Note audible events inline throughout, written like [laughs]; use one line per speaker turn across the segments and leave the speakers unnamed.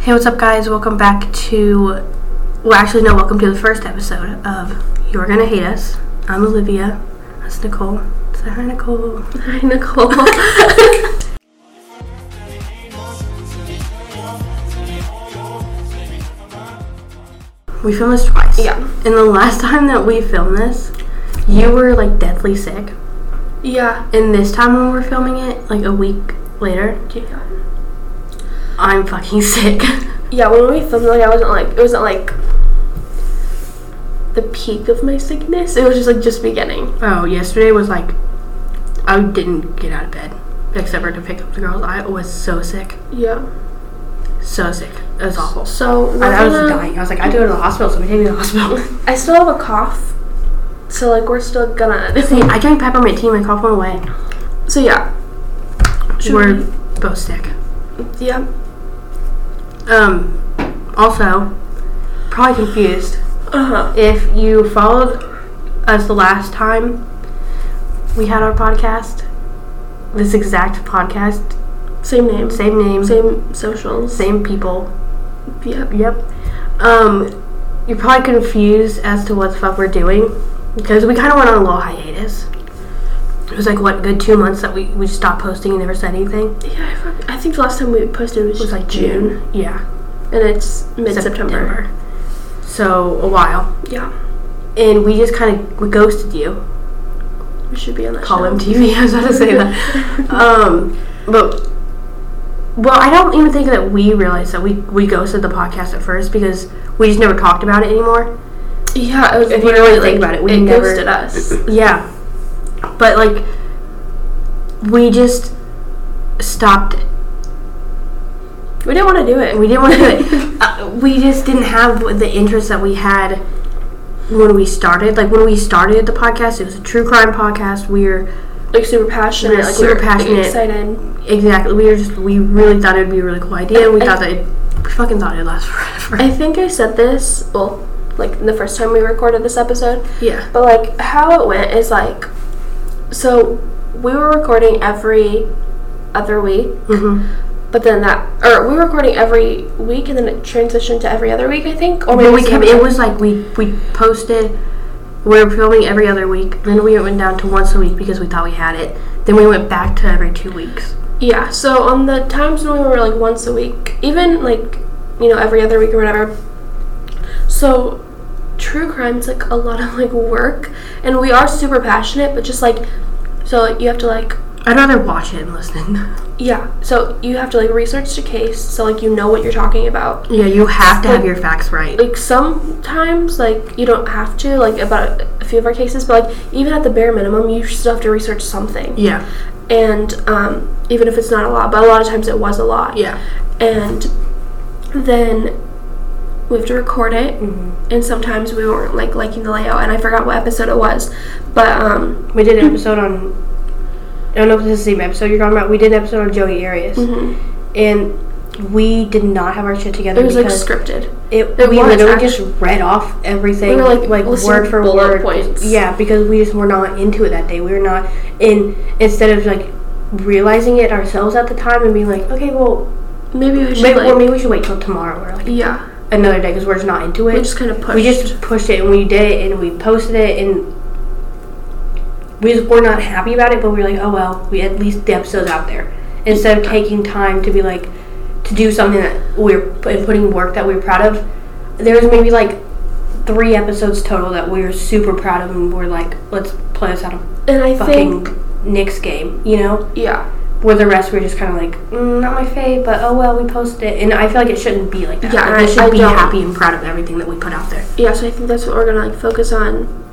Hey, what's up, guys? Welcome back to. Well, actually, no, welcome to the first episode of You're Gonna Hate Us. I'm Olivia. That's Nicole. Say hi, Nicole. Hi, Nicole. [laughs] we filmed this twice.
Yeah.
And the last [laughs] time that we filmed this, you were like deathly sick.
Yeah.
And this time when we're filming it, like a week later, I'm fucking [laughs] sick.
Yeah, when we filmed, like, I wasn't like, it wasn't like the peak of my sickness. It was just like just beginning.
Oh, yesterday was like I didn't get out of bed except for to pick up the girls. I was so sick,
Yeah.
so sick. It was awful.
So, we're
I, I was
gonna-
dying. I was like, I had to go to the hospital, so we take me to the hospital.
[laughs] I still have a cough. So, like, we're still gonna. [laughs]
See, I drank peppermint tea. My cough went away.
so, yeah. Should
We're both sick.
we- Yeah.
Um, also, probably confused.
Uh huh.
If you followed us the last time we had our podcast, this exact podcast,
Same name.
same name,
Same socials.
same people,
Yeah.
Yep. Um, you're probably confused as to what the fuck we're doing because we kind of went on a little hiatus. It was like what good two months that we we stopped posting and never said anything. It
Yeah, I, fuck- I think the last time we posted was,
was
just
like June. Yeah,
And it's mid September.
So a while,
Yeah.
and we just kind of we ghosted you.
We should be on that
Call
show.
MTV. [laughs] I was about to say that. um, but well, I don't even think that we realized that we we ghosted the podcast at first because we just never talked about it anymore.
Yeah, it was
If you really
literally,
think
like,
about it, we
it
never- [laughs]
ghosted us.
Yeah. But like we just stopped it.
We didn't want to do it.
We didn't want to do
[laughs]
it. uh, we just didn't have the interest that we had when we started. Like when we started the podcast, it was a true crime podcast. We were
like super passionate,
We were
like
super
we were
passionate.
excited.
exactly we were just we really thought it would be a really cool idea. We thought that it, we fucking thought it'd last forever.
I think I said this well, like the first time we recorded this episode,
Yeah.
but like how it went is like, so we were recording every other week,
Mm-hmm.
but then that or we were recording every week and then it transitioned to every other week, I think, or
But we
it's
kept
not-
it was like we we posted we were filming every other week. Then we went down to once a week because we thought we had it. Then we went back to every two weeks.
yeah. So on the times when we were like once a week, even like you know every other week or whatever. So true crime's like a lot of like work and we are super passionate but just like so like, you have to like
I'd rather watch it and listen.
yeah so you have to like research the case so like you know what you're talking
[laughs]
about
Yeah, you have to have your facts right.
like sometimes like you don't have to like about a few of our cases but like even at the bare minimum you still have to research something
Yeah,
and um, even if it's not a lot but a lot of times it was a lot
yeah.
and then we have to record it
Mm-hmm.
and sometimes we weren't like liking the layout and i forgot what episode it was but um
We did an episode on. I don't know if this is the same episode you're talking about. We did an episode on Joey Arias, and we did not have our shit together
it was like
because
scripted
it,
it
we
was
literally
actu-
just read off everything,
We were,
like,
like, listening
word
to
for
bullet
word.
points.
Yeah, because we just were not into it that day. We were not in. Instead of like realizing it ourselves at the time and being like, okay, well,
maybe we should
maybe,
like,
well, maybe we should wait till tomorrow or like
yeah
another day because we're just not into it.
we just kind of pushed
We just pushed it and we did it and we posted it and we just were not happy about it, but we were like, oh well, we at least the episode's out there. Instead of taking time to be like to do something that we're and putting work that we're proud of, there was maybe like three episodes total that we were super proud of and we're like, let's play this out of
and i
fucking
think
Nick's game, you know?
yeah
Where the rest were just kind of like, mm, not my fave, but oh well, we posted it, and I feel like it shouldn't be like that.
Yeah,
like,
I-
we should
I
be
don't-
happy and proud of everything that we put out there.
yeah so i think that's what we're gonna like focus on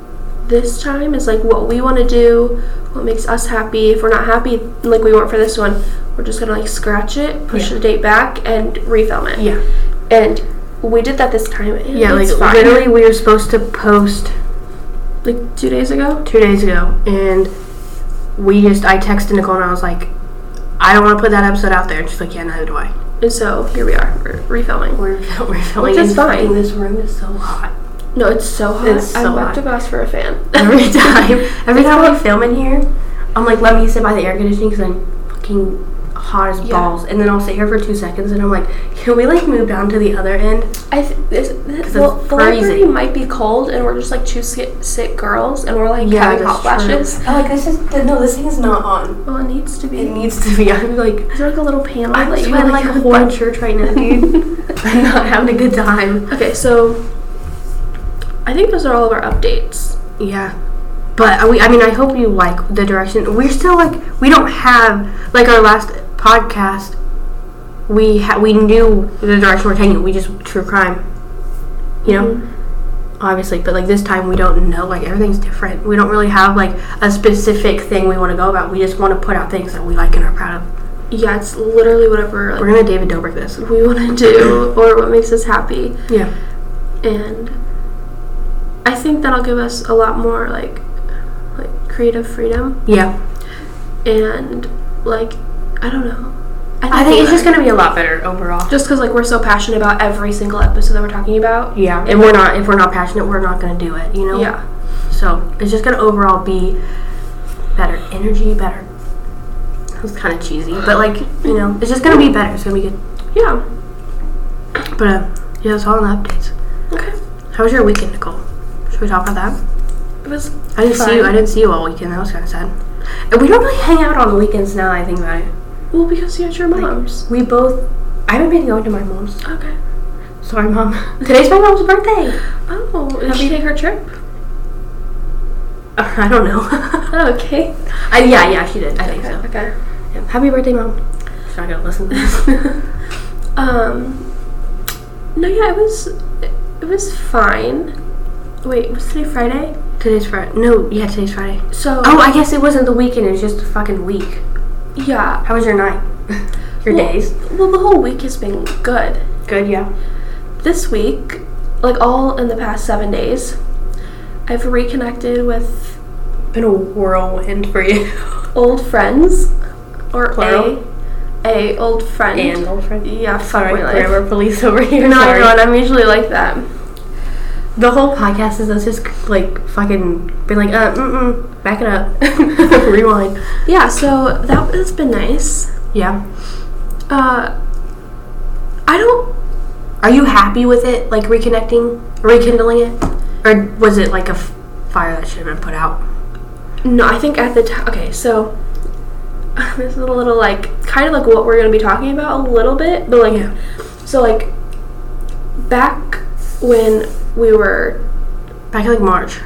this time is like what we want to do what makes us happy if we're not happy like we weren't for this one we're just gonna like scratch it push
Yeah.
the date back and refilm it
Yeah.
and we did that this time and
Yeah, like
it's fine.
literally, we were supposed to post
like two days ago
two days ago, and we just I texted Nicole and I was like, I don't want to put that episode out there. And she's like, Yeah, neither do I.
and so here we are we're refilming
We're we're filming.
Which is
in-
fine.
This room is so hot.
no it's so hot
It's so
i'm about
hot.
to pass for a fan
[laughs] Every time, every time we film in here, I'm like, Let me sit by the air conditioning because I'm fucking hot as
Yeah.
balls, and then I'll sit here for two seconds, and I'm like, can we like move down to the other end?
I th- this, this,
it's
well, the library
freezing.
might be cold, and we're just like two sick, sick girls, and we're like
Yeah,
having hot
that's true.
flashes.
I'm Oh, like, this is no, this thing is not on.
Well, it needs to be.
It needs to be. I'm like,
Is there like a little panel
I'm
that you
sweating like
like
a whole in church right now, dude. [laughs]
[laughs]
I'm not having a good time.
okay, so I think those are all of our updates.
Yeah. But uh, we, I mean, I hope you like the direction. We're still like we don't have like our last podcast. We ha- we knew the direction we're taking. We just true crime, you know, obviously. But like this time, we don't know. Like everything's different. We don't really have like a specific thing we want to go about. We just want to put out things that we like and are proud of.
Yeah, it's literally whatever like,
We're gonna David Dobrik this.
we want to do or what makes us happy,
Yeah.
and I think that'll give us a lot more like like creative freedom
Yeah.
and like I don't know.
I think it's
we're-
just gonna be a lot better overall.
[laughs] just because like we're so passionate about every single episode that we're talking about
Yeah. And we're not if we're not passionate, we're not gonna do it. You know.
yeah
So it's just gonna overall be better energy, better. That was kind of cheesy, but like you know, it's just gonna be better. It's gonna be good.
yeah
But uh, yeah, that's all on the updates.
okay
How was your weekend, Nicole? Should we talk about that?
it was
I didn't see you. I
Fine.
didn't see you all weekend. That was kind of sad. And we don't really hang out on the weekends now. that I think about it.
well because you had your mom's
We both. I haven't been going to my mom's.
okay
Sorry, mom. Today's my mom's birthday.
oh did she take her trip
Uh, [laughs] I don't [laughs] know.
oh, okay
I, yeah, yeah, she did. I think so.
okay
Yeah. Happy birthday, mom. She's not gonna listen to this. [laughs]
[laughs] um no yeah it was it, it was fine wait was today friday
Today's Friday. No, yeah, today's Friday.
so
Oh, I guess it wasn't the weekend. It was just a fucking week.
yeah
How was your night? [laughs] your
Well-
days?
well the whole week has been good
Good, yeah.
this week, like all in the past seven days, I've reconnected with
Been a whirlwind for you. [laughs]
old friends, or
Plural?
a a old friend.
and old friend.
yeah, fuck
Sorry,
my life.
grammar police over here.
No,
Sorry.
everyone, I'm usually like that.
The whole podcast is us just like fucking being like, uh, mm mm, back it up, [laughs] rewind.
Yeah, so that has been nice.
Yeah.
Uh, I don't.
Are you happy with it? Like reconnecting, rekindling it, or was it like a f- fire that should have been put out?
No, I think at the time. Okay, so [laughs] this is a little like kind of like what we're gonna be talking about a little bit, but like. So like back when we were
Back in like March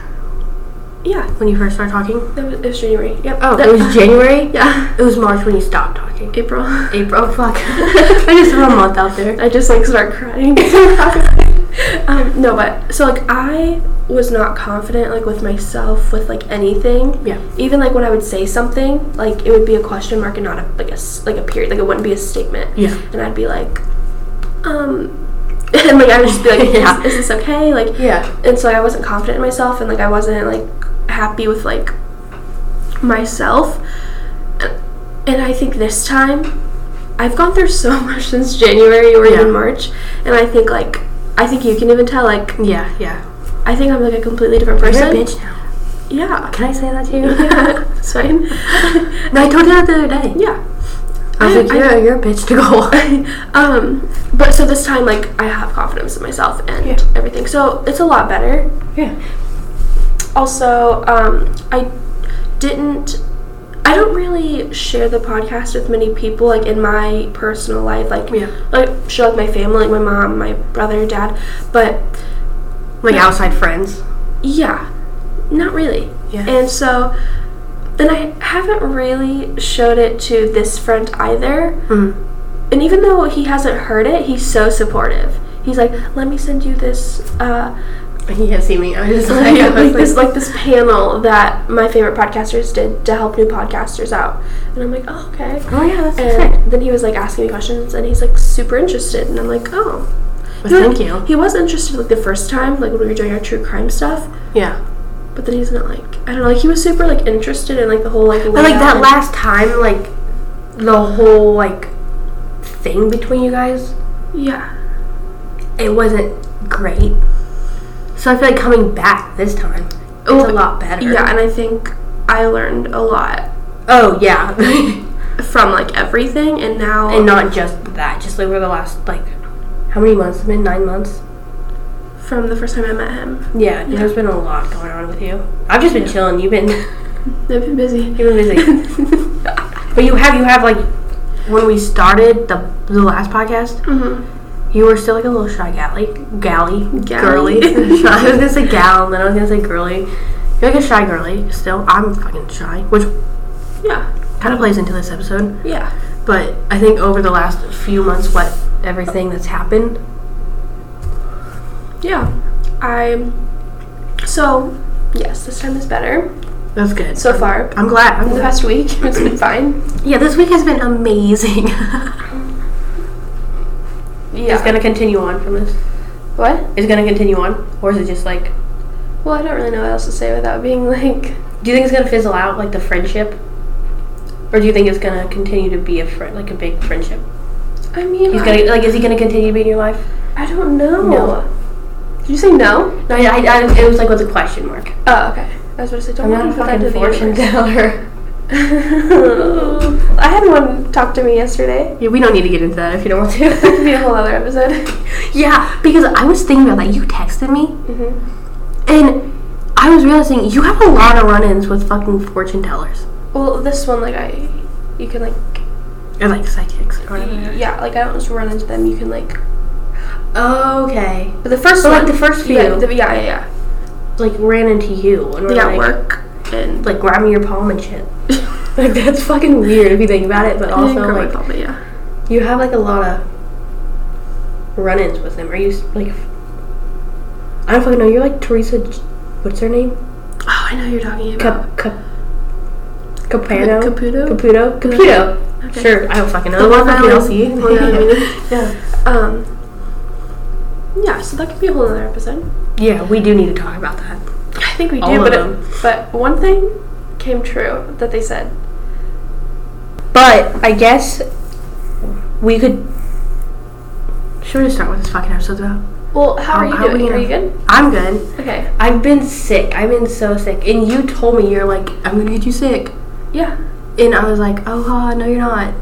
yeah
when you first started talking.
That was, it was January. Yep.
Oh,
That-
it [laughs] was January.
[laughs] yeah.
It was March when you stopped talking.
April.
April, oh,
[laughs]
fuck. [laughs] I just threw a month out there.
I just like start crying. [laughs] um, no, but so like I was not confident like with myself with like anything.
Yeah.
Even like when I would say something, like it would be a question mark and not a, like a s- like a period. Like it wouldn't be a statement.
Yeah.
And I'd be like, um. [laughs] And like I would just be
[laughs]
like,
Yeah.
is, is this okay? Like,
Yeah.
and so I wasn't confident in myself, and like I wasn't like happy with like myself. And I think this time, I've gone through [laughs] so much since January or
Yeah.
even March, and I think like I think you can even tell like
Yeah, yeah.
I think I'm like a completely different
You're
person.
a bitch now.
Yeah,
Can I say that to you?
[laughs] it's fine.
[laughs] no, I told you that the other day.
yeah. [laughs]
I was like,
I-
you're, you're a bitch to go.
um, but so this time like I have confidence in myself and
Yeah.
everything, so it's a lot better.
[laughs] yeah.
Also, um, I didn't. I don't really share the podcast with many people, like in my personal life, like
Yeah.
like show like my family, like my mom, my brother, dad, but
Like outside friends.
yeah, not really.
Yeah.
And so, then I haven't really showed it to this friend either.
Mm.
And even though he hasn't heard it, he's so supportive. He's like, "Let me send you this."
[laughs]
Uh,
He has seen me. I [laughs] was just
like,
like, I was
this
like,
like this panel that my favorite podcasters did to help new podcasters out and i'm like oh okay
oh yeah, that's sick. [laughs]
and then he was like asking me questions and he's like super interested and i'm like oh
Well,
He was-
thank you.
he was interested like the first time like when we were doing our true crime stuff
Yeah.
but then he's not like i don't know like he was super like interested in like the whole like
But like
layout
that
and-
last time, like the whole like thing between you guys,
yeah
it wasn't great. So I feel like coming back this time, it's a
Well,
lot better.
yeah and i think i learned a lot
Oh yeah. [laughs]
from like everything, and now
and not just that. Just over the last like how many months? It's been nine months.
from the first time I met him,
Yeah, there's been a lot going on with you. I've just been
Yeah.
chilling. You've been [laughs]
I've been busy. [laughs] Mm-hmm.
you've been busy, but you have you have like when we started the the last podcast,
Mhm.
you were still like a little shy galley, galley,
Galley.
girly.
[laughs]
[laughs] I was gonna say gal, and then I was gonna say girly. You're like a shy girly still. I'm fucking shy, which
Yeah,
kind of plays into this episode.
yeah.
But I think over the last few months, what everything that's happened,
Yeah. I. So, yes, this time is better
that's good. So
so far.
I'm glad. I'm
The
glad.
past week, [laughs] it's been fine.
Yeah, this week has been amazing. [laughs] It's
Yeah.
gonna continue on from this.
What?
It's gonna continue on, or is it just like?
Well, I don't really know what else to say without being like.
Do you think it's gonna fizzle out, like the friendship, or do you think it's gonna continue to be a friend, like a big friendship?
I mean,
He's
I-
gonna like, is he gonna continue to be in your life?
I don't know.
No.
Did you say no?
No, I, I, I- it was like with a question mark.
Oh, okay. I was about to say, don't
I'm not a
put that to
fucking
the
fortune
universe.
teller.
[laughs] I had one talk to me yesterday. [laughs]
Yeah, we don't need to get into that if you don't want [laughs]
It'd be
to.
a whole other episode.
yeah, because I was thinking about that. You texted me,
Mm-hmm.
and I was realizing you have a lot of run-ins with fucking fortune tellers
Well, this one, like, I. You can, like.
or like psychics or whatever.
Yeah, like, I don't just run into them. You can, like.
Oh, Okay,
But the first
But, like,
one.
the first
Yeah,
few.
the- yeah, yeah, yeah.
like ran into you and
They
were
at
like,
work and.
like grabbing your palm and shit. [laughs] Like that's fucking weird if you think about
[laughs]
it, but
I didn't
also
grow up,
like
but yeah.
you have like a lot of run-ins with them. Are you s- like I don't fucking know. You're like Teresa. J- What's her name?
Oh, I know who you're talking about.
Cap, cap, Capano.
Caputo?
Caputo. Caputo.
Okay.
Sure, I don't fucking know.
The one that I
Fucking
was- the one that I mean.
[laughs] yeah.
Um. Yeah, so that could be a whole other episode.
Yeah, we do need to talk about that.
I think we do,
All of
but
them.
It, but one thing came true that they said.
But I guess we could. Should we just start with this fucking episode's about?
Well, how, are
How-
you
how are we
doing? Are
gonna-
you good?
I'm good.
Okay.
I've been sick. I've been so sick. And you told me you're like, I'm gonna get you sick.
Yeah.
And I was like, oh ha, no, you're not.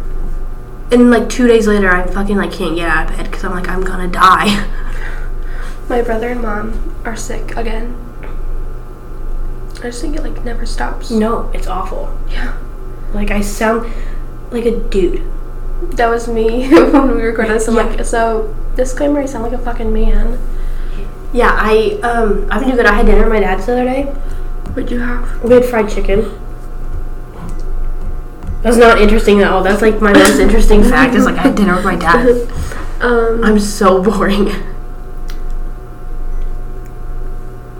And like two days later, I fucking like can't get out of bed because I'm like, I'm gonna die. [laughs]
My brother and mom are sick again. I just think it like never stops.
No, it's awful.
Yeah.
Like I sound like a dude.
That was me [laughs] when we recorded this. I'm
Yeah.
like, so disclaimer, I sound like a fucking man.
Yeah, I um, I've been doing good. I had dinner at my dad's the other day.
What'd you have?
We had fried chicken. That's not interesting at all. That's like my most interesting fact is like I had dinner with my dad.
[laughs] Um.
I'm so boring.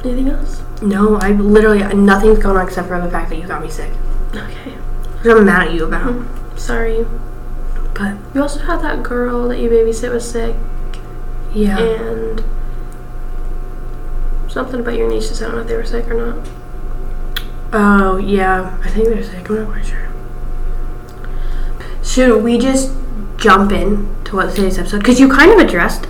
anything else?
No, I literally nothing's going on except for the fact that you got me sick.
Okay.
Which I'm mad at you about.
Sorry.
But
You also had that girl that you babysit was sick,
yeah.
and something about your nieces. I don't know if they were sick or not.
Oh yeah, I think they're sick. I'm not quite sure. Should we just jump in to what today's episode? Because you kind of addressed,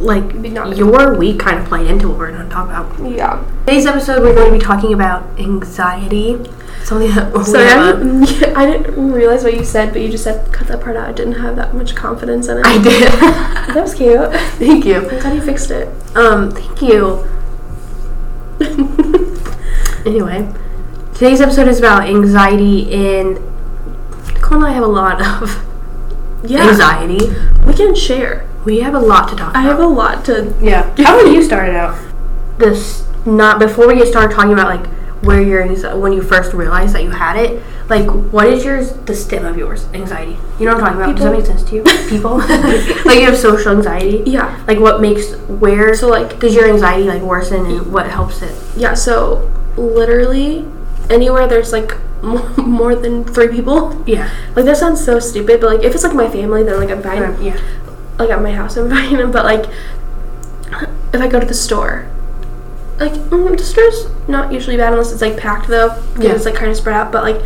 like,
Maybe not.
your week kind of played into what we're going to talk about.
Yeah.
Today's episode, we're going to be talking about anxiety. Something that we
Sorry, I
have a-
didn't, [laughs] I didn't realize what you said, but you just said cut that part out. I didn't have that much confidence in it.
I did. [laughs]
that was cute. I'm
thank you.
glad you fixed it.
Um, thank
[laughs]
you. Anyway, today's episode is about anxiety, and Nicole and I have a lot of
yeah,
anxiety.
we can share.
We have a lot to talk about.
I have a lot to.
Yeah. How would you start it out? This not before we get started talking about like where your anxi- when you first realized that you had it. Like, what is yours? The stem of yours anxiety. You know what I'm talking about? Does that
People.
make sense to you? [laughs] People. like you have social anxiety.
Yeah.
Like what makes where
So like
does your anxiety like worsen and what helps it?
yeah. So literally anywhere there's like [laughs] m- more than three people.
Yeah.
Like that sounds so stupid, but like if it's like my family, then like I'm fine.
Yeah.
Like at my house, I'm [laughs] fine. But like if I go to the store, like mm, the store's not usually bad unless it's like packed though, 'cause
Yeah.
it's like kind of spread out. But like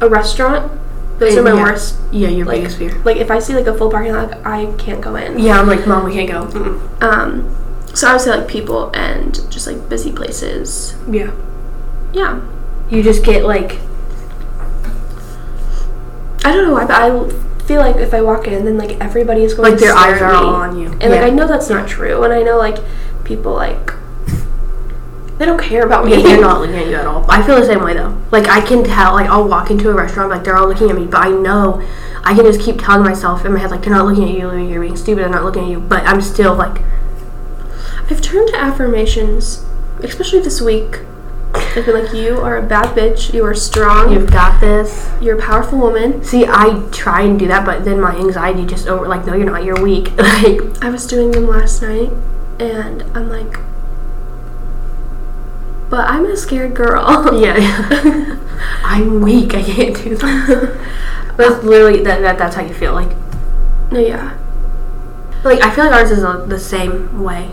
a restaurant, those
Eh,
are my
yeah.
worst.
Yeah. Your
Like-
biggest fear.
Like if I see like a full parking lot, like, I can't go in.
Yeah. I'm like, mom, we can't go. Mm-mm.
Um, so I would say like people and just like busy places.
Yeah.
Yeah.
You just get like
I don't know why, but I feel like if I walk in, then like everybody is going
Like,
to
their
stare
eyes
at
are
me.
all on you.
and like
Yeah.
I know that's not true, and I know like people like they don't care about me. [laughs]
Yeah, they're not looking at you at all. I feel the same way though. Like I can tell. Like I'll walk into a restaurant, like they're all looking at me, but I know I can just keep telling myself in my head, like they're not looking at you, you're being stupid, they're not looking at you. But I'm still like,
I've turned to affirmations, especially this week. I've been like, you are a bad bitch. You are strong.
you've got this.
You're a powerful woman.
See, I try and do that, but then my anxiety just over. Like no, you're not. You're weak. [laughs] like
I was doing them last night, and I'm like, but I'm a scared girl. [laughs]
yeah, [laughs] I'm weak. I can't do that. [laughs] That's literally that, that. That's how you feel. Like
no, yeah.
like I feel like ours is uh the same way.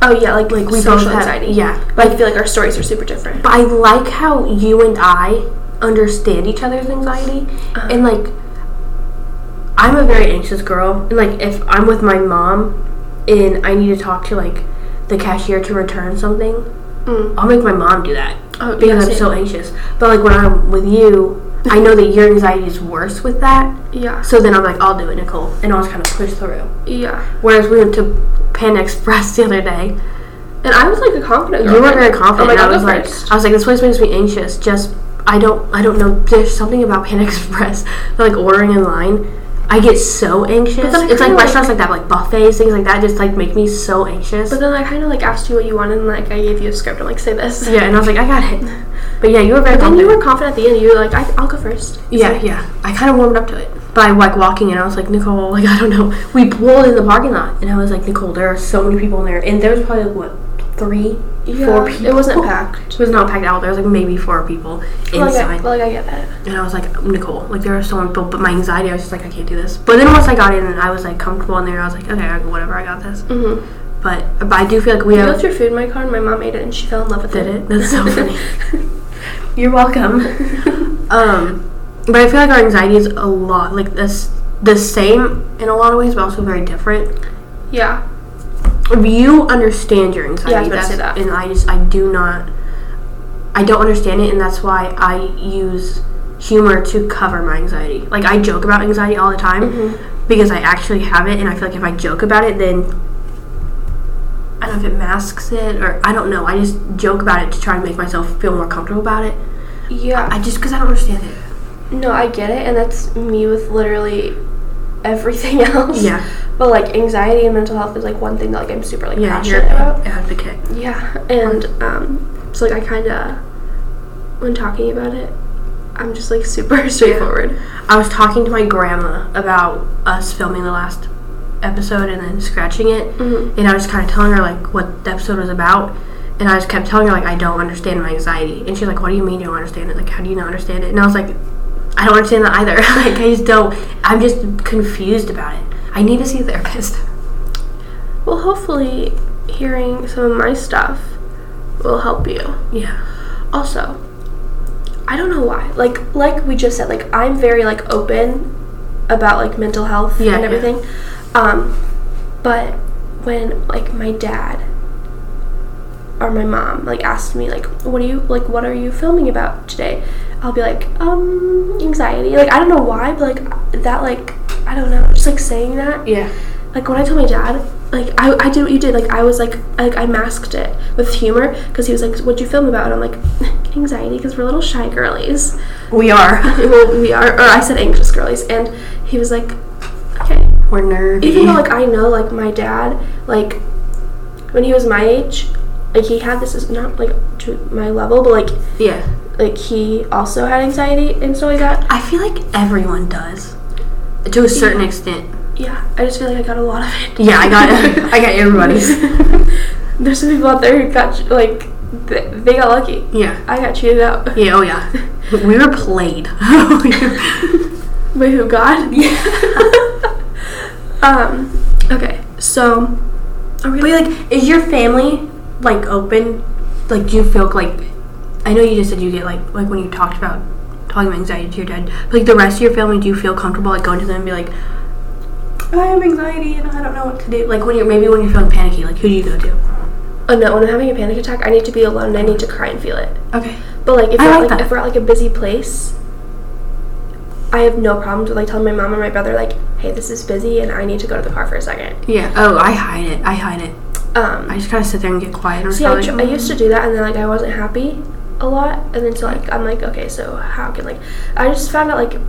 Oh yeah, like
Like we
social
both have
anxiety.
yeah.
But I feel like our stories are super different.
But I like how you and I understand each other's anxiety. And like, I'm a very anxious girl. And like, if I'm with my mom and I need to talk to like the cashier to return something,
Mm.
I'll make my mom do that
Oh,
because
yeah,
I'm
same.
so anxious. But like, when I'm with you, I know that your anxiety is worse with that.
yeah,
So then I'm like, I'll do it, Nicole. And I'll just kind of push through.
yeah.
Whereas we went to Pan Express [laughs] the other day.
And I was like a confident.
You
girl.
were very confident.
I'm like,
and I
oh I'll go
was like,
first.
I was like, this place makes me anxious. Just, I don't, I don't know. There's something about Pan [laughs] Express, like ordering in line. I get so anxious.
then I
It's like
kinda like-
restaurants like that, like buffets, things like that, just like make me so anxious.
But then I kind of like asked you what you wanted, and like I gave you a script. I'm like, say this.
yeah, and I was like, I got it. But yeah, you were very
But then
confident.
you were confident at the end. You were like, I, I'll go first.
yeah, yeah. I kind of warmed up to it. But I like walking in, I was like, Nicole, like I don't know. We pulled in the parking lot, and I was like, Nicole, there are so many people in there, and there was probably like what three, four people.
It wasn't packed.
It was not packed out. There was like maybe four people
Like
inside.
I, like I get that.
And I was like, Nicole, like there are so many people, but my anxiety, I was just like, I can't do this. But then once I got in and I was like comfortable in there, I was like, okay, I- whatever, I got this.
Mm-hmm.
But but I do feel like we
I
have.
left your food in my car, and my mom ate it, and she fell in love with
Did
it.
it? That's
[laughs]
so funny. You're welcome.
[laughs]
um, but I feel like our anxiety is a lot like this, the same in a lot of ways, but also very different.
yeah.
If you understand your anxiety,
Yeah, I was about to say
that's-
that.
and I just I do not, I don't understand it, and that's why I use humor to cover my anxiety. Like I joke about anxiety all the time
Mm-hmm.
because I actually have it, and I feel like if I joke about it, then I don't know if it masks it or I don't know. I just joke about it to try and make myself feel more comfortable about it.
Yeah.
I just because I don't understand it.
No, I get it, and that's me with literally everything [laughs] else.
Yeah.
But like anxiety and mental health is like one thing that like I'm super like
Yeah, you're
passionate about.
an advocate.
Yeah. And um, so like I kind of when talking about it, I'm just like [laughs] super straightforward.
I was talking to my grandma about us filming the last episode and then scratching it,
Mhm.
and I was kind of telling her like what the episode was about, and I just kept telling her like I don't understand my anxiety, and she's like, "What do you mean you don't understand it? Like how do you not understand it?" And I was like, "I don't understand that either. [laughs] like I just don't. I'm just confused about it. I need to see a therapist." [laughs]
Well, hopefully, hearing some of my stuff will help you.
Yeah,
also i don't know why like like we just said like i'm very like open about like mental health
Yeah,
and
yeah.
everything um but when like my dad or my mom like asked me like what are you like what are you filming about today i'll be like um anxiety like i don't know why but like that like i don't know just like saying that
yeah,
like when I told my dad, like I, I did what you did. Like I was like like I masked it with humor because he was like, "What'd you film about?" And I'm like, [laughs] anxiety because we're little shy girlies.
we [laughs] are.
well, we are, or I said anxious girlies, and he was like, "Okay."
We're nervy.
Even though like I know like my dad like when he was my age, like he had this is not like to my level, but like
yeah,
like he also had anxiety and stuff like that.
I feel like everyone does to a certain extent.
Yeah, I just feel like I got a lot of it.
Yeah, I [laughs] got I got everybody's.
[laughs] There's some people out there who got like th- they got lucky.
[laughs] Yeah.
I got cheated out. [laughs]
Yeah, oh yeah. [laughs] We were played. [laughs] Oh,
By who? God. [laughs] um. Okay. So. Are we
but like, is your family like open? Like, do you feel like? I know you just said you get like like when you talked about talking about anxiety to your dad. But like the rest of your family, do you feel comfortable like going to them and be like, I have anxiety and I don't know what to do. Like when you're maybe when you're feeling panicky, like who do you go to?
oh no! When I'm having a panic attack, I need to be alone. and I need to cry and feel it.
Okay.
But like, if
I
we're,
like
like
that.
if we're at like a busy place, I have no problems with like telling my mom and my brother like, hey, this is busy and I need to go to the car for a second.
Yeah. Oh, I hide it. I hide it.
Um,
I just kind of sit there and get quiet or
See, I,
something.
tr- I used to do that, and then like I wasn't happy a lot, and then so like I'm like, okay, so how can like I just found out like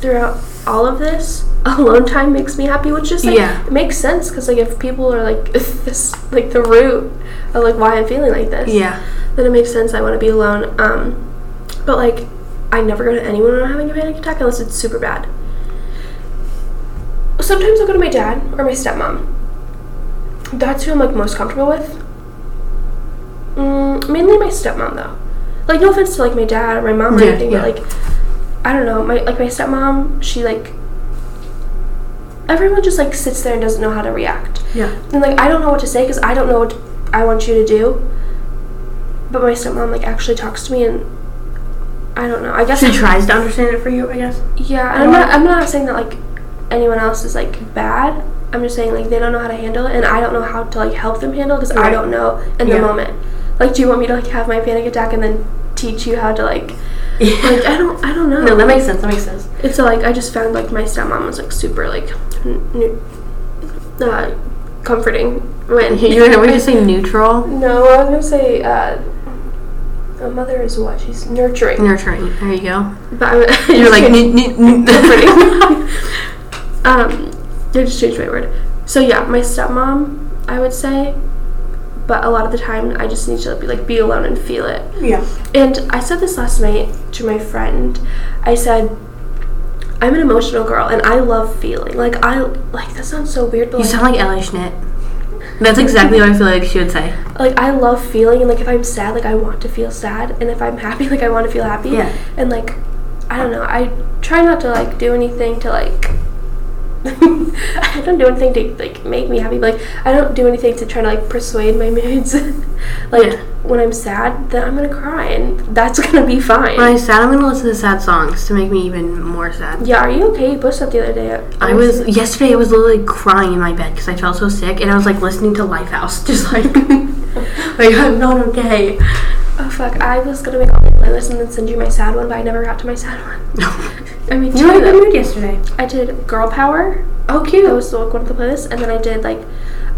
throughout all of this, [laughs] alone time makes me happy, which is like
Yeah.
it makes sense because like if people are like [laughs] if this like the root of like why I'm feeling like this,
yeah.
then it makes sense I want to be alone. Um, but like I never go to anyone when I'm having a panic attack unless it's super bad. Sometimes I'll go to my dad or my stepmom. That's who I'm like most comfortable with. Mm, mainly my stepmom though. Like no offense to like my dad or my mom or
Yeah,
anything,
yeah.
but like I don't know, my like my stepmom, she like everyone just like sits there and doesn't know how to react. [laughs]
Yeah.
And like I don't know what to say because I don't know what I want you to do. But my stepmom like actually talks to me and I don't know. I guess
She tries to understand it for you, I guess.
yeah. And I'm not. I'm not saying that like anyone else is like bad. I'm just saying like they don't know how to handle it, and I don't know how to like help them handle because I
Right.
don't know in
Yeah.
the moment. Like, do you want me to like have my panic attack and then teach you how to like? Like I don't. I don't know.
no, that makes sense. That makes
[laughs]
sense.
And so like I just found like my stepmom was like super like n- n- uh, comforting [laughs] when
You're gonna just say neutral,
No, I was gonna say uh, a mother is what she's nurturing.
nurturing. There you go.
But I'm,
Mm. [laughs]
[laughs]
You're like "Mm."
nurturing.
ne- ne- ne- [laughs]
um, I just changed my word. So yeah, my stepmom, I would say, but a lot of the time I just need to be like be alone and feel it.
[laughs] Yeah.
And I said this last night to my friend. I said, I'm an emotional girl and I love feeling. Like I like that sounds so weird, but
You
like,
sound like Ella Schnitt. That's exactly what I feel like she would say.
like I love feeling and like if I'm sad, like I want to feel sad and if I'm happy, [laughs] like I want to feel happy.
Yeah.
And like I don't know, I try not to like do anything to like [laughs] I don't do anything to like make me happy, but like I don't do anything to try to like persuade my [laughs] moods. like
Yeah.
when I'm sad, then I'm gonna cry and that's [laughs] gonna be fine.
When I'm sad, I'm gonna listen to sad songs to make me even more sad.
Yeah, are you okay? You posted that the other day. uh,
I was yesterday. I was literally crying in my bed because I felt so sick, and I was like listening to Lifehouse, [laughs] just like, like I'm not okay. [laughs]
Oh fuck! I was gonna make all my playlists and then send you my sad one, but I never got to my sad one. I mean,
you
two
were in
of
a good
them.
mood yesterday.
I did Girl Power. Oh, cute. That was the one of the playlists. And then I did like,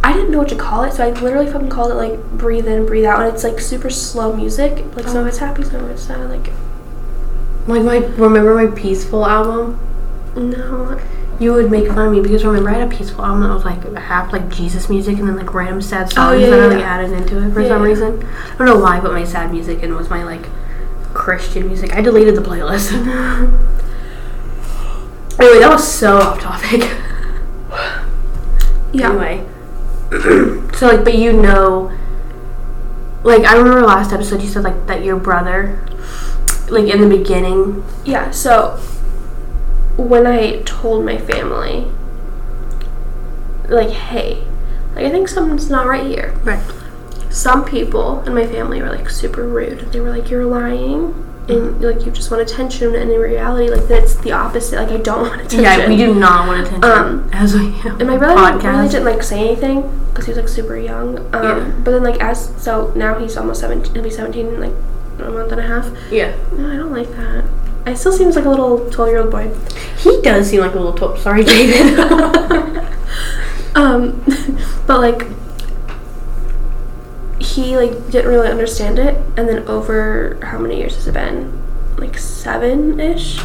I didn't know what to call it, so I literally fucking called it like Breathe In, Breathe Out. And it's like super slow music. Like
Oh.
some of it's happy, some of it's sad. Like,
Like my remember my peaceful album.
no.
You would make fun of me because remember I had a peaceful album that was like half like Jesus music and then like random sad songs
Oh, yeah,
that I
yeah,
like
yeah.
added into it for
Yeah,
some
yeah.
reason. I don't know why, but my sad music and was my like Christian music. I deleted the playlist. [laughs] anyway, that was so off topic. [laughs]
Yeah.
Anyway, [clears throat] so like, but you know, like I remember last episode you said like that your brother, like in the beginning,
Yeah, so when I told my family, like, hey, like, I think something's not right here.
right?
some people in my family were like super rude. They were like, "You're lying,"
Mm-hmm.
and like you just want attention. And in reality, like that's the opposite. Like I don't want attention.
Yeah, we do not want attention
Um,
as we
And my brother like, really didn't like say anything because he was like super young. Um,
Yeah.
But then like as so now he's almost seventeen. He'll be seventeen in like a month and a half.
yeah,
No, I don't like that. I still seems like a little twelve-year-old boy.
he does seem like a little top. Sorry, David.
Um, [laughs] but like he like didn't really understand it, and then over how many years has it been? Like seven ish.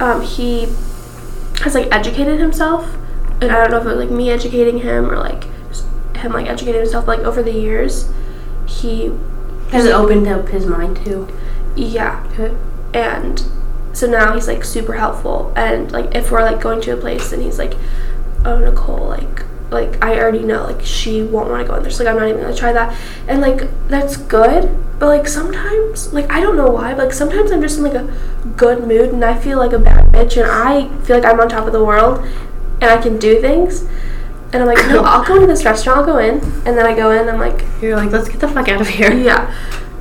Um, he has like educated himself, and I don't know if it was like me educating him or like s- him like educating himself. But, like over the years, he
Has it opened up his mind too?
yeah,
Okay.
and so now he's like super helpful and like if we're like going to a place and he's like oh nicole like like i already know like she won't want to go in there so like i'm not even gonna try that and like that's good but like sometimes like i don't know why but like sometimes i'm just in like a good mood and i feel like a bad bitch and i feel like i'm on top of the world and i can do things and i'm like no i'll go to this restaurant i'll go in and then i go in and i'm like
You're like, let's get the fuck out of here.
yeah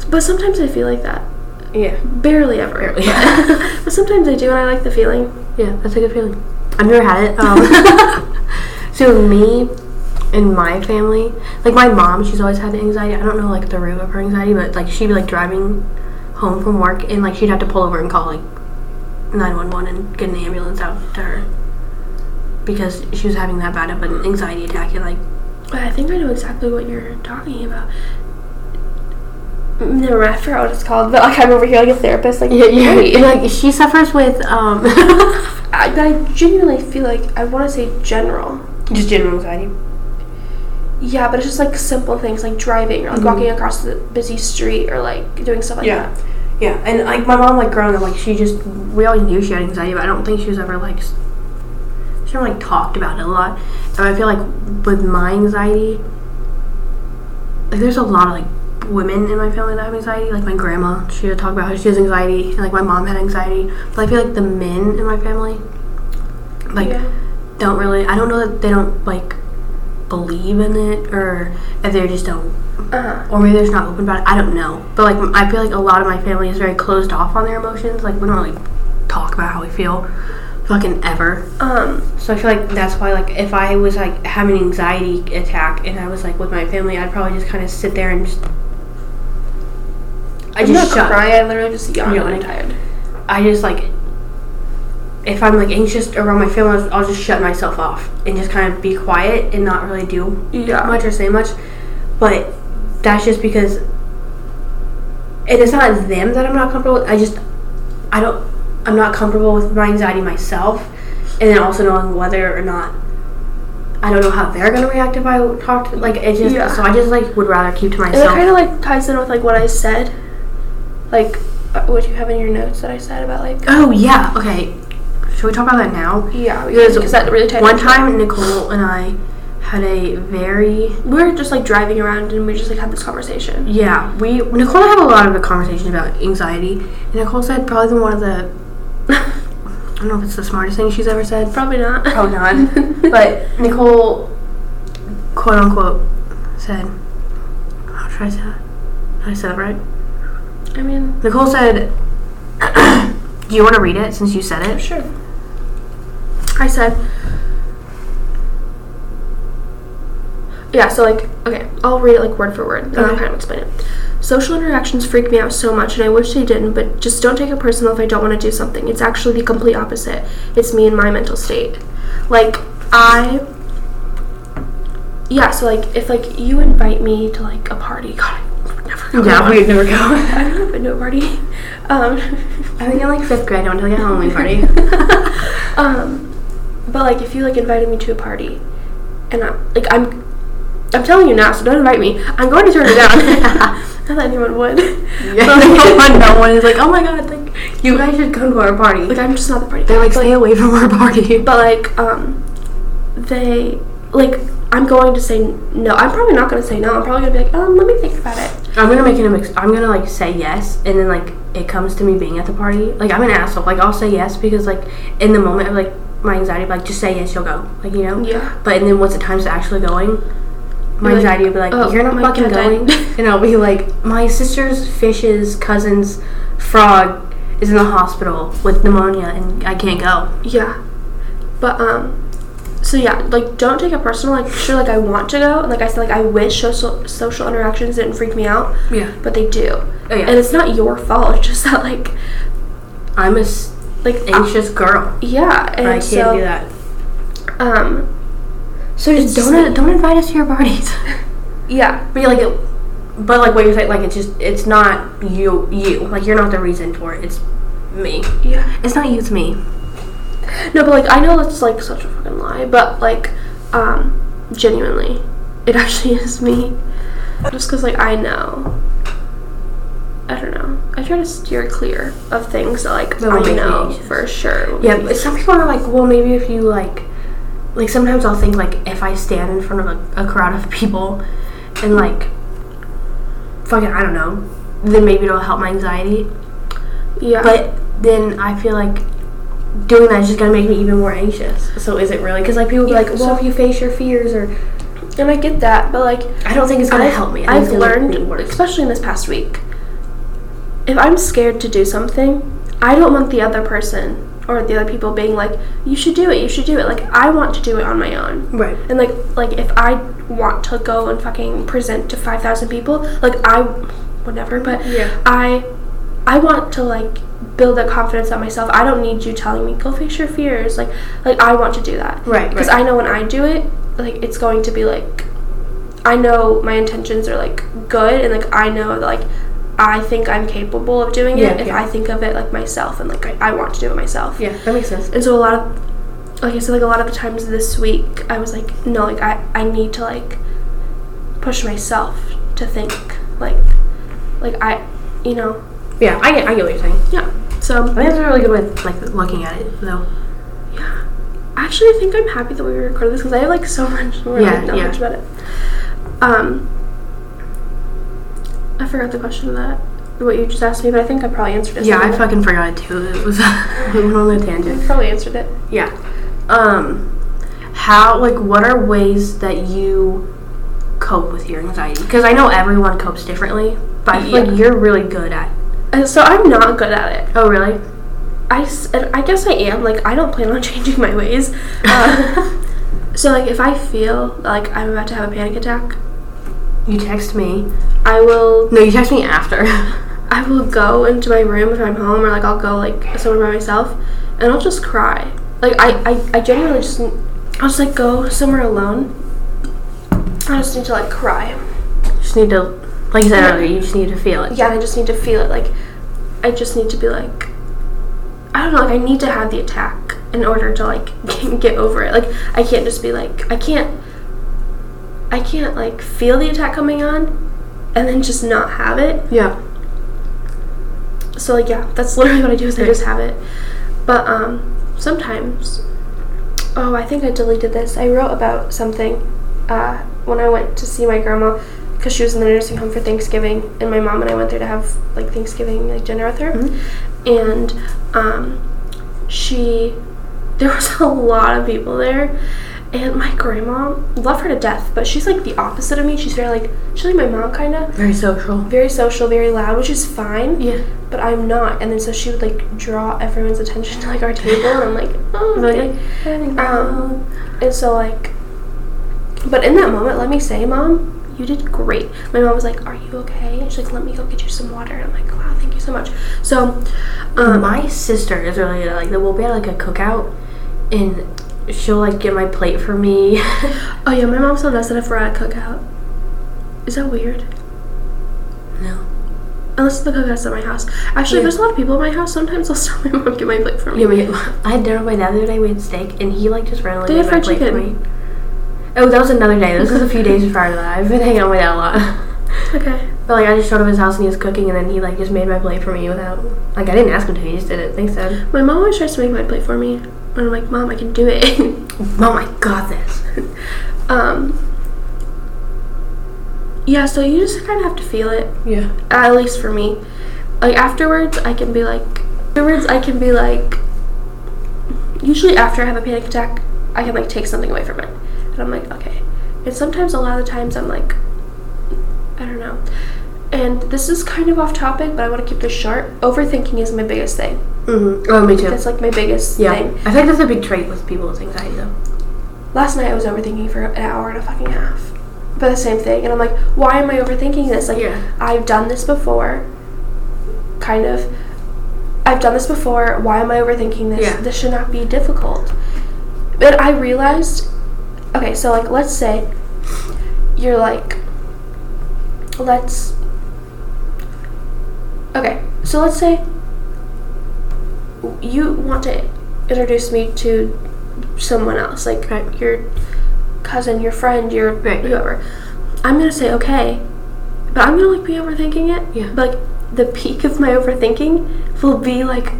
but sometimes i feel like that
Yeah,
Barely ever.
Barely.
But, but sometimes I do, and I like the feeling.
[laughs] yeah, that's a good feeling. I've never had [laughs] it. Um, so me and my family, like my mom, she's always had anxiety. I don't know like the root of her anxiety, but like she'd be like driving home from work and like she'd have to pull over and call like 911 and get an ambulance out to her because she was having that bad of an anxiety attack and like
I think I know exactly what you're talking about. Never mind, I forgot what it's called, but like I'm over here like a therapist, like [laughs] wait.
like she suffers with um [laughs]
I, but I genuinely feel like I want to say general.
just general anxiety.
Yeah, but it's just like simple things like driving or like walking across the busy street or like doing stuff like
Mm-hmm. Yeah.
that.
Yeah, and like my mom, like growing up, like she just we always knew she had anxiety, but I don't think she was ever like s- she never like talked about it a lot. And I feel like with my anxiety, like there's a lot of like women in my family that have anxiety. Like my grandma, she would talk about how she has anxiety, and like my mom had anxiety. But I feel like the men in my family, like
Yeah.
don't really. I don't know that they don't like believe in it, or if they just don't
Uh-huh.
or maybe they're just not open about it. I don't know. But like, I feel like a lot of my family is very closed off on their emotions. Like, we don't really talk about how we feel, fucking ever.
Um,
So I feel like that's why, like, if I was like having an anxiety attack and I was like with my family, I'd probably just kind of sit there and just. I
I'm not
just shut.
crying. I literally just yawn when I'm
Yawn.
tired.
I just like. If I'm like anxious around my family, I'll- I'll just shut myself off and just kind of be quiet and not really do
Yeah.
much or say much, but that's just because, and it's not them that I'm not comfortable with. I just, I don't, I'm not comfortable with my anxiety myself, and then also knowing whether or not, I don't know how they're gonna react if I talk to like it's just.
Yeah.
So I just like would rather keep to
And it kind
myself.
of like ties in with like what I said, like uh, what you have in your notes that I said about like
Oh yeah, okay. Should we talk about that now?
yeah
Because
because that really ties.
One
into-
time, Nicole and I had a very
we were just like driving around and we just like had this conversation. [laughs]
Yeah, we Nicole and I had a lot of a conversation about anxiety, and Nicole said probably the- one of the I don't know if it's the smartest thing she's ever said,
Probably Oh, not.
Probably
[laughs]
not. [laughs] but Nicole quote unquote said, "How should I say that? Did I said it right?"
I mean,
Nicole said, [coughs] "Do you want to read it since you said it?"
sure.
I said,
Yeah, so like, okay, I'll read it like word for word, and I'll
Okay.
kind of explain it. Social interactions freak me out so much, and I wish they didn't, but just don't take it personal if I don't want to do something. It's actually the complete opposite. It's me and my mental state. Like, I. Yeah, so like, if like you invite me to like a party, God, I would never go. to
"Yeah,
one.
we'd never
[laughs]
go."
I've never been to a party. Um,
I think in like fifth grade, I went to like a Halloween party.
[laughs] um, but like if you like invited me to a party, and I'm like I'm, I'm telling you now, so don't invite me. I'm going to turn
[laughs]
it down. [laughs] Not that anyone would. But,
But
[laughs] like,
no one is [laughs] like, "Oh my god, like you guys should come to our party."
like, I'm just not the party.
They're like,
but,
stay away from our party.
but like um, they like I'm going to say no. I'm probably not going to say no. I'm probably going to be like um, let me think about it.
I'm gonna make it a mix. I'm gonna like say yes, and then like it comes to me being at the party. Like I'm an asshole. Like I'll say yes because like in the moment of like my anxiety, like just say yes, you'll go. Like you know.
Yeah.
But and then once the time's actually going, my
You're like,
anxiety will be like,
"Oh,
you're not
my
fucking
God, I-
going, and I'll be like, my sister's fish's cousin's frog is in the hospital with pneumonia, and I can't go.
Yeah. But um so yeah, like don't take it personal. Like sure like I want to go and like I said like I wish social social interactions didn't freak me out,
Yeah.
but they do.
Oh, yeah.
And it's not your fault, [laughs] it's just that like
I'm a s-
like I-
anxious girl.
yeah, and
I can't
so
do that.
um
So just
just
don't
like-
don't invite us to your [laughs] parties.
yeah.
But like, it, but like what you're saying, like it's just it's not you. You like you're not the reason for it. It's me.
Yeah.
It's not you. It's me.
No, but like I know that's like such a fucking lie, but like um genuinely it [laughs] actually is me. Just cuz like I know I don't know. I try to steer clear of things that like
That will
I
make me
know
anxious.
for sure. will
Yeah.
make me
But some people are like, well, maybe if you like, like sometimes I'll think like if I stand in front of a, a crowd of people, and like, fucking I don't know, then maybe it'll help my anxiety.
Yeah.
But then I feel like doing that is just gonna make me even more anxious. So is it really? Because like people be
Yeah,
like, well,
so-
if you face your fears, or
and I get that, but like
I don't think it's gonna
I've,
help me. I think
I've
it's gonna make
learned,
me worse.
especially in this past week, if I'm scared to do something, I don't want the other person or the other people being like, "You should do it. You should do it." Like I want to do it on my own.
Right.
And like like if I want to go and fucking present to five thousand people, like I whatever, but
Yeah.
I I want to like build that confidence on myself. I don't need you telling me go face your fears. Like like I want to do that.
Right,
Because
right.
I know when I do it, like it's going to be like I know my intentions are like good and like I know that like I think I'm capable of doing
Yeah,
it if
yeah.
I think of it like myself and like I, I want to do it myself.
Yeah, that makes sense.
And so a lot of like I said, like a lot of the times this week I was like, no, like I, I need to like push myself to think. Like like I you know
Yeah, I get, I get what you're saying.
yeah. So
I think that's a really good way of like looking at it, though.
yeah. Actually I think I'm happy that we recorded this because I have like so [laughs] much more
Yeah,
like, knowledge
yeah.
about it. Um I forgot the question of that what you just asked me, but I think I probably answered it.
Yeah, I
somewhere.
fucking forgot it too. It was [laughs] we went on a tangent.
I probably answered it.
Yeah. Um, how like what are ways that you cope with your anxiety? Because I know everyone copes differently, but I feel
Yeah.
like you're really good at.
Uh, So I'm not good at it.
Oh, [laughs] really?
I, s- and I guess I am. Like, I don't plan on [laughs] changing my ways.
[laughs]
Uh, so, like, if I feel like I'm about to have a panic attack,
You text me.
I will
No, you text me after. [laughs]
I will go into my room if I'm home, or like I'll go like somewhere by myself, and I'll just cry. Like I, I, I genuinely just I'll just like go somewhere alone. I just need to like cry.
you just need to, like you said earlier, you just need to feel it.
Yeah, I just need to feel it. Like I just need to be like I don't know. Like I need to have the attack in order to like [laughs] get over it. Like I can't just be like I can't I can't like feel the attack coming on and then just not have it.
Yeah.
So like yeah, that's literally [laughs] what I do is I just have it. But um sometimes oh I think I deleted this. I wrote about something uh when I went to see my grandma because she was in the nursing home for Thanksgiving and my mom and I went there to have like Thanksgiving like dinner with her
Mhm.
and um she there was [laughs] a lot of people there and my grandma love her to death but she's like the opposite of me she's very like she's like my mom kind of
Very social.
very social very loud which is fine
Yeah.
but I'm not. And then so she would like draw everyone's attention to like our table, and I'm like, oh, okay. Um, and so like, but in that moment, let me say, mom, you did great. My mom was like, are you okay? And she's like, let me go get you some water. And I'm like, wow, thank you so much. So, um,
my sister is really good at, like that. We'll be at like a cookout, and she'll like get my plate for me. [laughs]
oh yeah, my mom still does that if we're at a cookout. Is that weird?
no.
Unless the cookout's at my house. Actually,
Yeah.
there's a lot of people at my house. Sometimes I'll [laughs] still my mom get my plate for me.
Yeah, we, I had dinner with my dad the other day. We had steak, and he like just randomly
They had
made my
fried
plate for
chicken.
me. Oh, that was another day. This was a few days prior to that. I've been hanging out with my dad a lot.
[laughs] Okay.
But like, I just showed up at his house and he was cooking, and then he like just made my plate for me without like I didn't ask him to. He just did it. Thanks, Dad.
My mom always tries to make my plate for me, and I'm like, mom, I can do it. [laughs]
Mom, I got Oh this.
Um, yeah, so you just kind of have to feel it.
Yeah.
At least for me, like afterwards, I can be like, afterwards, I can be like. Usually, after I have a panic attack, I can like take something away from it, and I'm like, okay. And sometimes, a lot of the times, I'm like, I don't know. And this is kind of off topic, but I want to keep this short. Overthinking is my biggest thing.
Mhm. Oh, me too.
That's like my biggest
Yeah.
thing.
I think that's a big trait with people with anxiety though.
last night I was overthinking for an hour and a fucking half. But the same thing. And I'm like, why am I overthinking this? Like,
Yeah.
I've done this before. Kind of. I've done this before. Why am I overthinking this?
Yeah.
This should not be difficult. But I realized okay, so like, let's say you're like, let's. Okay, so let's say you want to introduce me to someone else, like
Right.
your cousin, your friend, your
Right.
whoever. I'm gonna say okay, but I'm gonna like be overthinking it.
Yeah.
But like the peak of my overthinking will be like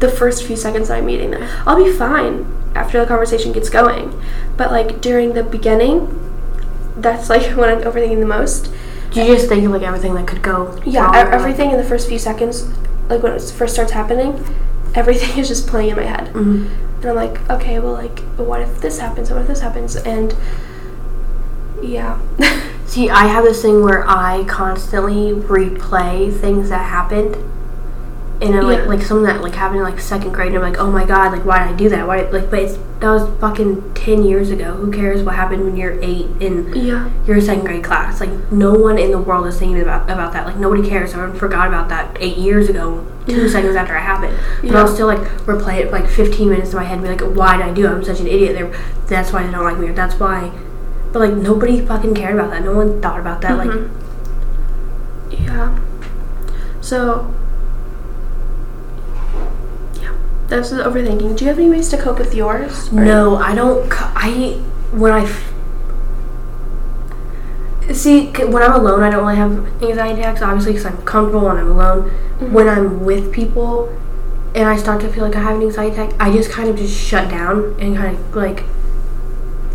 the first few seconds that I'm meeting them. I'll be fine after the conversation gets going, but like during the beginning, that's like [laughs] when I'm overthinking the most.
Do you just think of like everything that could go?
Yeah,
wrong,
e-
like-
everything in the first few seconds, like when it first starts happening, everything [laughs] is just playing in my head.
Mhm.
And I'm like, okay, well, like, what if this happens? What if this happens? And yeah. [laughs]
See, I have this thing where I constantly replay things that happened and then, like
Yeah.
like something that like happened in like second grade, and I'm like, oh my god, like why did I do that? Why like? But it's, that was fucking ten years ago. Who cares what happened when you're eight and
Yeah.
you're in second grade class? Like no one in the world is thinking about about that. Like nobody cares. Everyone forgot about that eight years ago, two seconds after it happened. But I'll
Yeah.
still like replay it for, like 15 minutes in my head and be like, why did I do? it? I'm such an idiot. They're, that's why they don't like me. Or that's why. But like nobody fucking cared about that. No one thought about that. Like
Yeah. So. Yeah. That's the overthinking. Do you have any ways to cope with yours? Or-
No, I don't. c- I when I f- see c- when I'm alone, I don't really have anxiety attacks. Obviously, because I'm comfortable when I'm alone. When I'm with people, and I start to feel like I have an anxiety attack, I just kind of just shut down and kind of like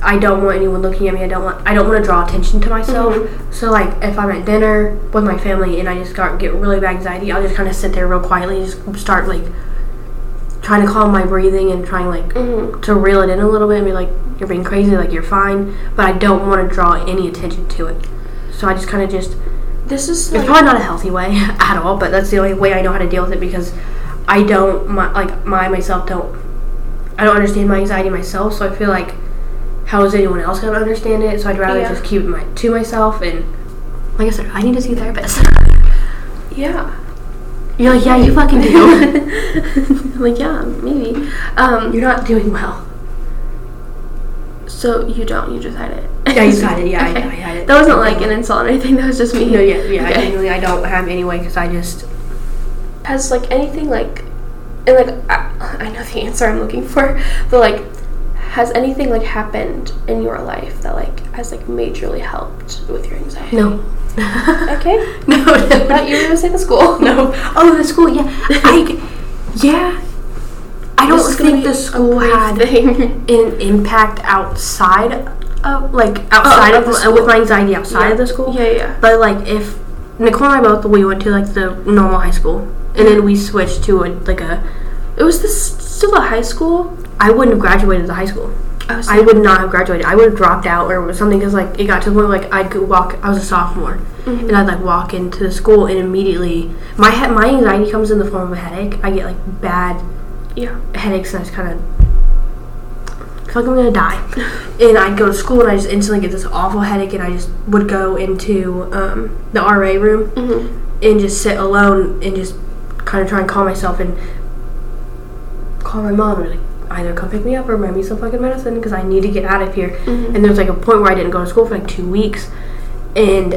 I don't want anyone looking at me. I don't want I don't want to draw attention to myself. So like if I'm at dinner with my family and I just got get really bad anxiety, I'll just kind of sit there real quietly and just start like trying to calm my breathing and trying like
Mhm.
to reel it in a little bit and be like, you're being crazy, like you're fine, but I don't want to draw any attention to it. So I just kind of just,
This is
it's
like.
probably not a healthy way [laughs] at all, but that's the only way I know how to deal with it because I don't, my, like, my myself don't, I don't understand my anxiety myself, so I feel like, how is anyone else going to understand it? So I'd rather
Yeah.
just keep it my, to myself and, like I said, I need to see a therapist. [laughs]
yeah. [laughs]
you're like, yeah, you fucking do. [laughs]
like yeah, maybe. Um.
you're not doing well.
So you don't. You just had it.
Yeah, you had
[laughs]
it. Yeah, I- I had it.
That wasn't like an insult or anything. That was just me.
No, yeah, yeah, I
Okay.
genuinely, I don't have any way because I just,
Has like anything like, and like I, I know the answer I'm looking for, but like, has anything like happened in your life that like has like majorly helped with your anxiety?
no.
Okay.
[laughs] No,
I thought you were
no,
gonna say the
[laughs]
school.
no. Oh, the school. Yeah, I. Yeah, I don't
This is gonna
think
be
the school had
[laughs] thing.
an impact outside of like outside
of
of
the
the, with my anxiety outside of the school.
Yeah, yeah.
But like if Nicole and I both we went to like the normal high school, and then we switched to a like a.
It was this still a high school.
I wouldn't have graduated the high school.
I was.
I would not have graduated. I would have dropped out or something because like it got to the point where, like I'd go walk. I was a sophomore, and I'd like walk into the school and immediately my he- my anxiety comes in the form of a headache. I get like bad
yeah.
headaches and I just kind of feel like I'm gonna die. and I'd go to school and I just instantly get this awful headache and I just would go into um, the RA room and just sit alone and just kind of try and calm myself and call my mom and like either come pick me up or buy me some fucking medicine because I need to get out of here.
Mm-hmm.
And there was like a point where I didn't go to school for like two weeks and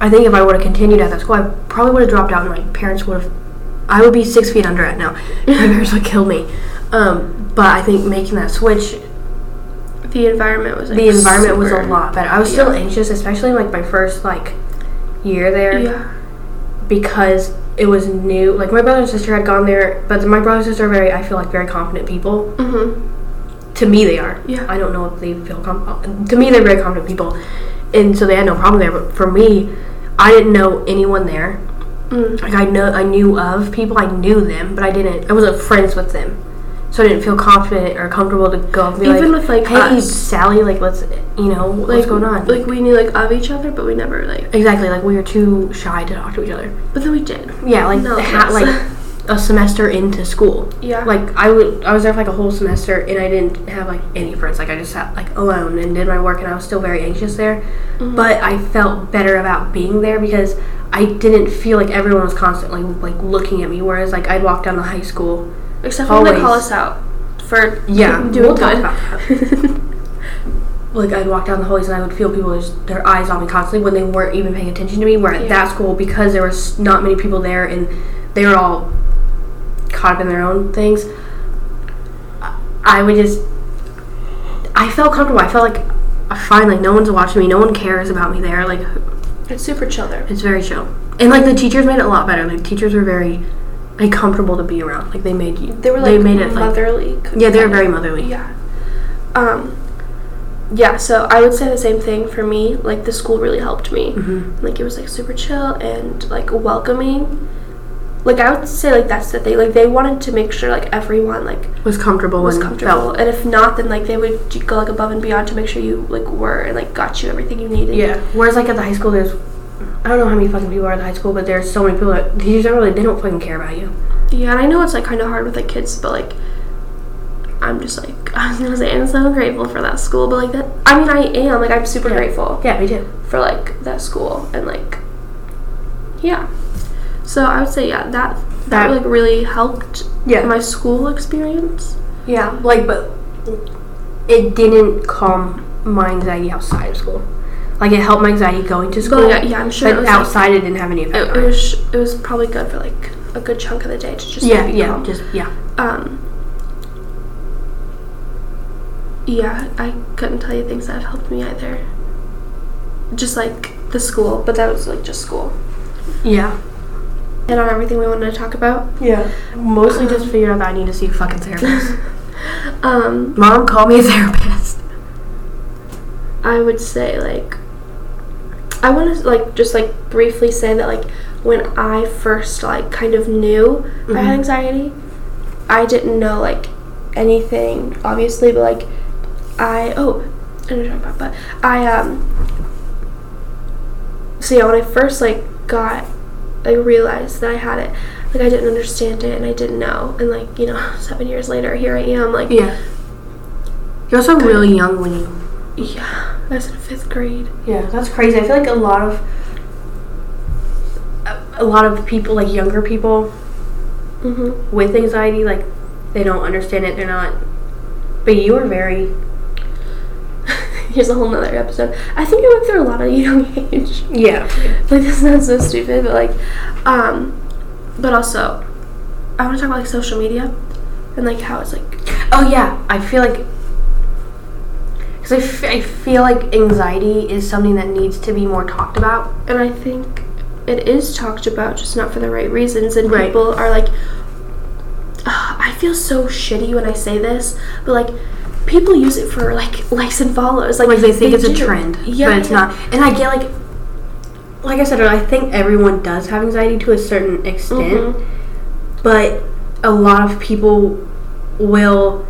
I think if I would have continued at that school, I probably would have dropped out, and my parents would have. I would be six feet under right now.
[laughs]
My parents would kill me. Um, but I think making that switch,
The environment was. Like,
the environment was a
super-
lot better. I was still
yeah.
anxious, especially like my first like year there,
Yeah.
because it was new. Like my brother and sister had gone there, but my brother and sister are very, I feel like, very confident people.
Mhm.
to me they are.
Yeah.
I don't know if they feel com- to me they're very confident people, and so they had no problem there. But for me, I didn't know anyone there.
Mm.
Like I know I knew of people, I knew them, but I didn't. I wasn't friends with them, so I didn't feel confident or comfortable to go. And be
Even
like,
with, like,
hey,
us.
Sally, like let's you know what's
Like,
going on.
Like we knew like of each other, but we never like.
exactly, like we were too shy to talk to each other.
But then we did.
Yeah, like
No,
ha- [laughs]
yes.
like a semester into school.
Yeah.
Like I would, I was there for like a whole semester, and I didn't have like any friends. Like I just sat like alone and did my work, and I was still very anxious there. But I felt better about being there because I didn't feel like everyone was constantly like looking at me. Whereas like I'd walk down the high school.
Except when they call
Always.
us out for
Yeah,
doing
we'll
good.
talk about [laughs] Like I'd walk down the hallways and I would feel people just their eyes on me constantly when they weren't even paying attention to me. Where at
Yeah.
that school, because there was not many people there and they were all caught up in their own things, I- I would just I felt comfortable. I felt like I fine, like no one's watching me, no one cares about me there. Like
it's super chill there.
it's very chill, and like the teachers made it a lot better. Like teachers were very like comfortable to be around. Like they made you.
They were like
they made it like
motherly.
yeah, they were very motherly.
Yeah. Um. Yeah, so I would say the same thing for me. Like the school really helped me.
Mm-hmm.
Like it was like super chill and like welcoming. Like I would say like that's the thing. Like they wanted to make sure like everyone like
Was comfortable
was
and
comfortable,
felt
and if not, then like they would j- go like above and beyond to make sure you like were and like got you everything you needed.
Yeah. Whereas like at the high school, there's I don't know how many fucking people are in high school, but there's so many people that teachers don't really they don't fucking care about you.
Yeah, and I know it's like kind of hard with like kids, but like, I'm just like [laughs] I was gonna say I'm so grateful for that school, but like that I mean I am like I'm super grateful
Yeah, me too.
for like that school and like, yeah. So I would say yeah that that
That-
like really helped
Yeah.
my school experience.
Yeah, like, but it didn't calm my anxiety outside of school. Like, it helped my anxiety going to school.
But yeah, yeah I'm sure it
But
was like,
outside, it didn't have any effect.
it,
on
it
it.
was sh- it was probably good for like a good chunk of the day to just
yeah,
like, be
yeah,
calm.
just yeah.
um yeah i couldn't tell you things that have helped me either just like the school but that was like just school
Yeah.
and on everything we wanted to talk about [laughs]
Yeah. Mostly just figured out that I need to see a fucking [laughs] therapist.
um
Mom, call me a therapist.
i would say like i want to like just like briefly say that like when i first like kind of knew i had
Mhm.
anxiety i didn't know like anything obviously but like i oh i don't know about but i um so yeah, when I first like got like realized that I had it, like I didn't understand it and I didn't know, and like you know, [laughs] seven years later, here I am, like
Yeah. You're also really young when you.
yeah, I was in fifth grade.
Yeah, that's crazy. I feel like a lot of a- a lot of people, like younger people,
Mm-hmm.
with anxiety, like they don't understand it. They're not. But you were very.
[laughs] Here's a whole nother episode. I think I went through a [laughs] lot at a young age.
Yeah.
like this sounds so stupid, but like, um, but also, I want to talk about like social media and like how it's like
Oh yeah, I feel like. Because I, f- I feel like anxiety is something that needs to be more talked about.
and I think it is talked about, just not for the right reasons. And
Right.
people are like, Ugh, I feel so shitty when I say this, but like, people use it for like likes and follows. Like,
Like they think it's a
do.
trend,
Yeah,
but it's
yeah.
not. And I get like, like I said, earlier, I think everyone does have anxiety to a certain extent,
Mhm.
but a lot of people will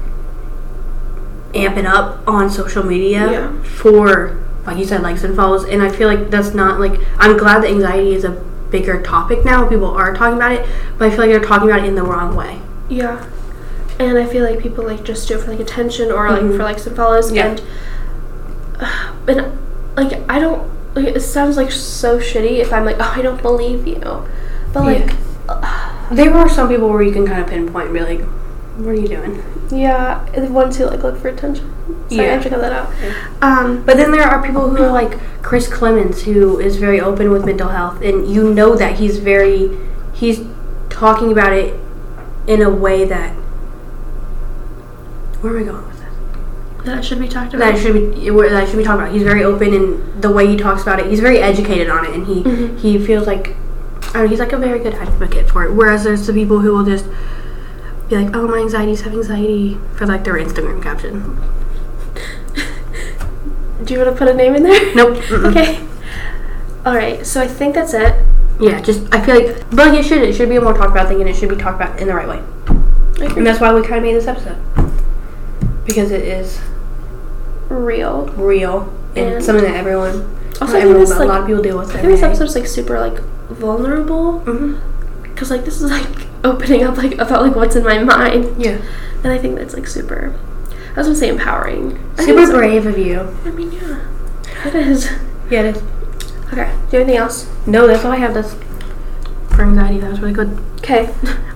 amp it up on social media
Yeah.
for like you said likes and follows and i feel like that's not like i'm glad that anxiety is a bigger topic now people are talking about it but i feel like they're talking about it in the wrong way
Yeah, and I feel like people like just do it for like attention or like
Mhm.
for likes and follows.
Yeah.
And uh, and like I don't like it sounds like so shitty if I'm like [laughs] oh I don't believe you,
Yeah.
but like uh,
there are some people where you can kind of pinpoint and be like what are you doing
yeah, the ones who like look for attention. Sorry, I
Yeah.
have to cut that out. Um,
but then there are people who are like chris clemens who is very open with mental health and you know that he's very he's talking about it in a way that where am i going with this
that should be talked about.
that should be that should be talked about. He's very open in the way he talks about it. He's very educated on it, and he
Mhm.
he feels like I don't know, he's like a very good advocate for it. Whereas there's the people who will just be like, "Oh, my anxiety's have anxiety" for like their Instagram caption.
[laughs] do you want to put a name in there? [laughs]
Nope. Mm-mm.
okay. All right. So I think that's it.
Yeah, just I feel like, but like it should it should be a more talked about thing, and it should be talked about in the right way.
I
And
think
that's why we kind of made this episode because it is
real.
real and,
And-
something that everyone,
Also,
not
I think
everyone,
this
but a lot
like
of people deal with.
I think this episode's like super like vulnerable.
hmm
because like this is like opening up like about like what's in my mind
Yeah,
and i think that's like super i was gonna say empowering I think
super
it's-
brave of you.
i mean yeah it is
Yeah, it is.
okay do you have anything else
No, that's all I have. That's for anxiety. That was really good.
okay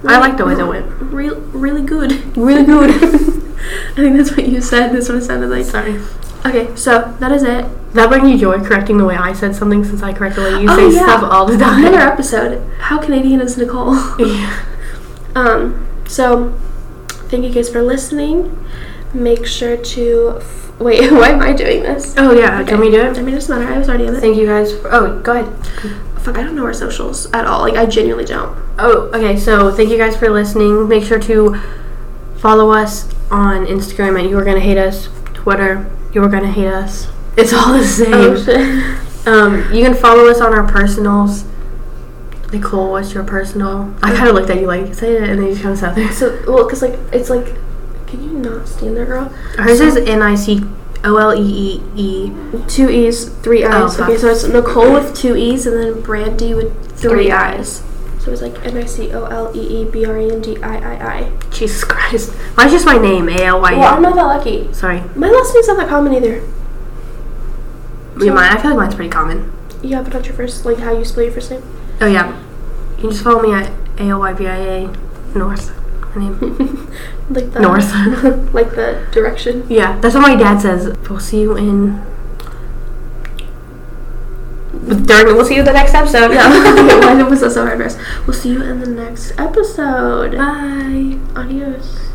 I like the way that went.
real really good [laughs]
Really good. [laughs]
i think that's what you said that's what it sounded like
Sorry.
okay so that is it
That brings you joy correcting the way I said something since I correct the way you
Oh,
say
yeah.
stuff all the time.
another episode how canadian is nicole
[laughs]
[laughs]
Yeah.
um so thank you guys for listening make sure to f- wait [laughs] why am i doing this
Oh yeah. Can we do
i
it?
mean it doesn't matter i was already in it
Thank you guys. For, oh, go ahead.
Fuck, I don't know our socials at all. Like, I genuinely don't.
Oh, okay. So thank you guys for listening. Make sure to follow us on Instagram at You Are Gonna Hate Us, Twitter You Are Gonna Hate Us. [laughs] It's all the same.
Oh, [laughs]
Um, you can follow us on our personals. Nicole, what's your personal? I kind of looked at you like, say it, and then you just kind of sat there.
so, well, because, like, it's like, can you not stand there, girl?
Hers is N I C O L E E E.
Two E's, three
Oh,
I's.
fuck.
okay, so it's Nicole with two E's and then Brandy with
Three
three, I's. So it's like N I C O L E E B R E N D I I I.
Jesus Christ. Why's just my name? A L Y
Well, I'm
E.
not that lucky.
Sorry.
My last name's not that common either.
I mean, mine, I feel like mine's pretty common.
Yeah, but not your first, like how you spell your first name. [laughs]
Oh, yeah. You can just follow me at A L Y B I A North. My name.
like the
North. [laughs]
[laughs] like the direction.
Yeah, that's what my dad says. We'll see you in. During, we'll see you the next episode. [laughs]
[laughs] Why was that so hard for us? We'll see you in the next episode.
Bye.
Adios.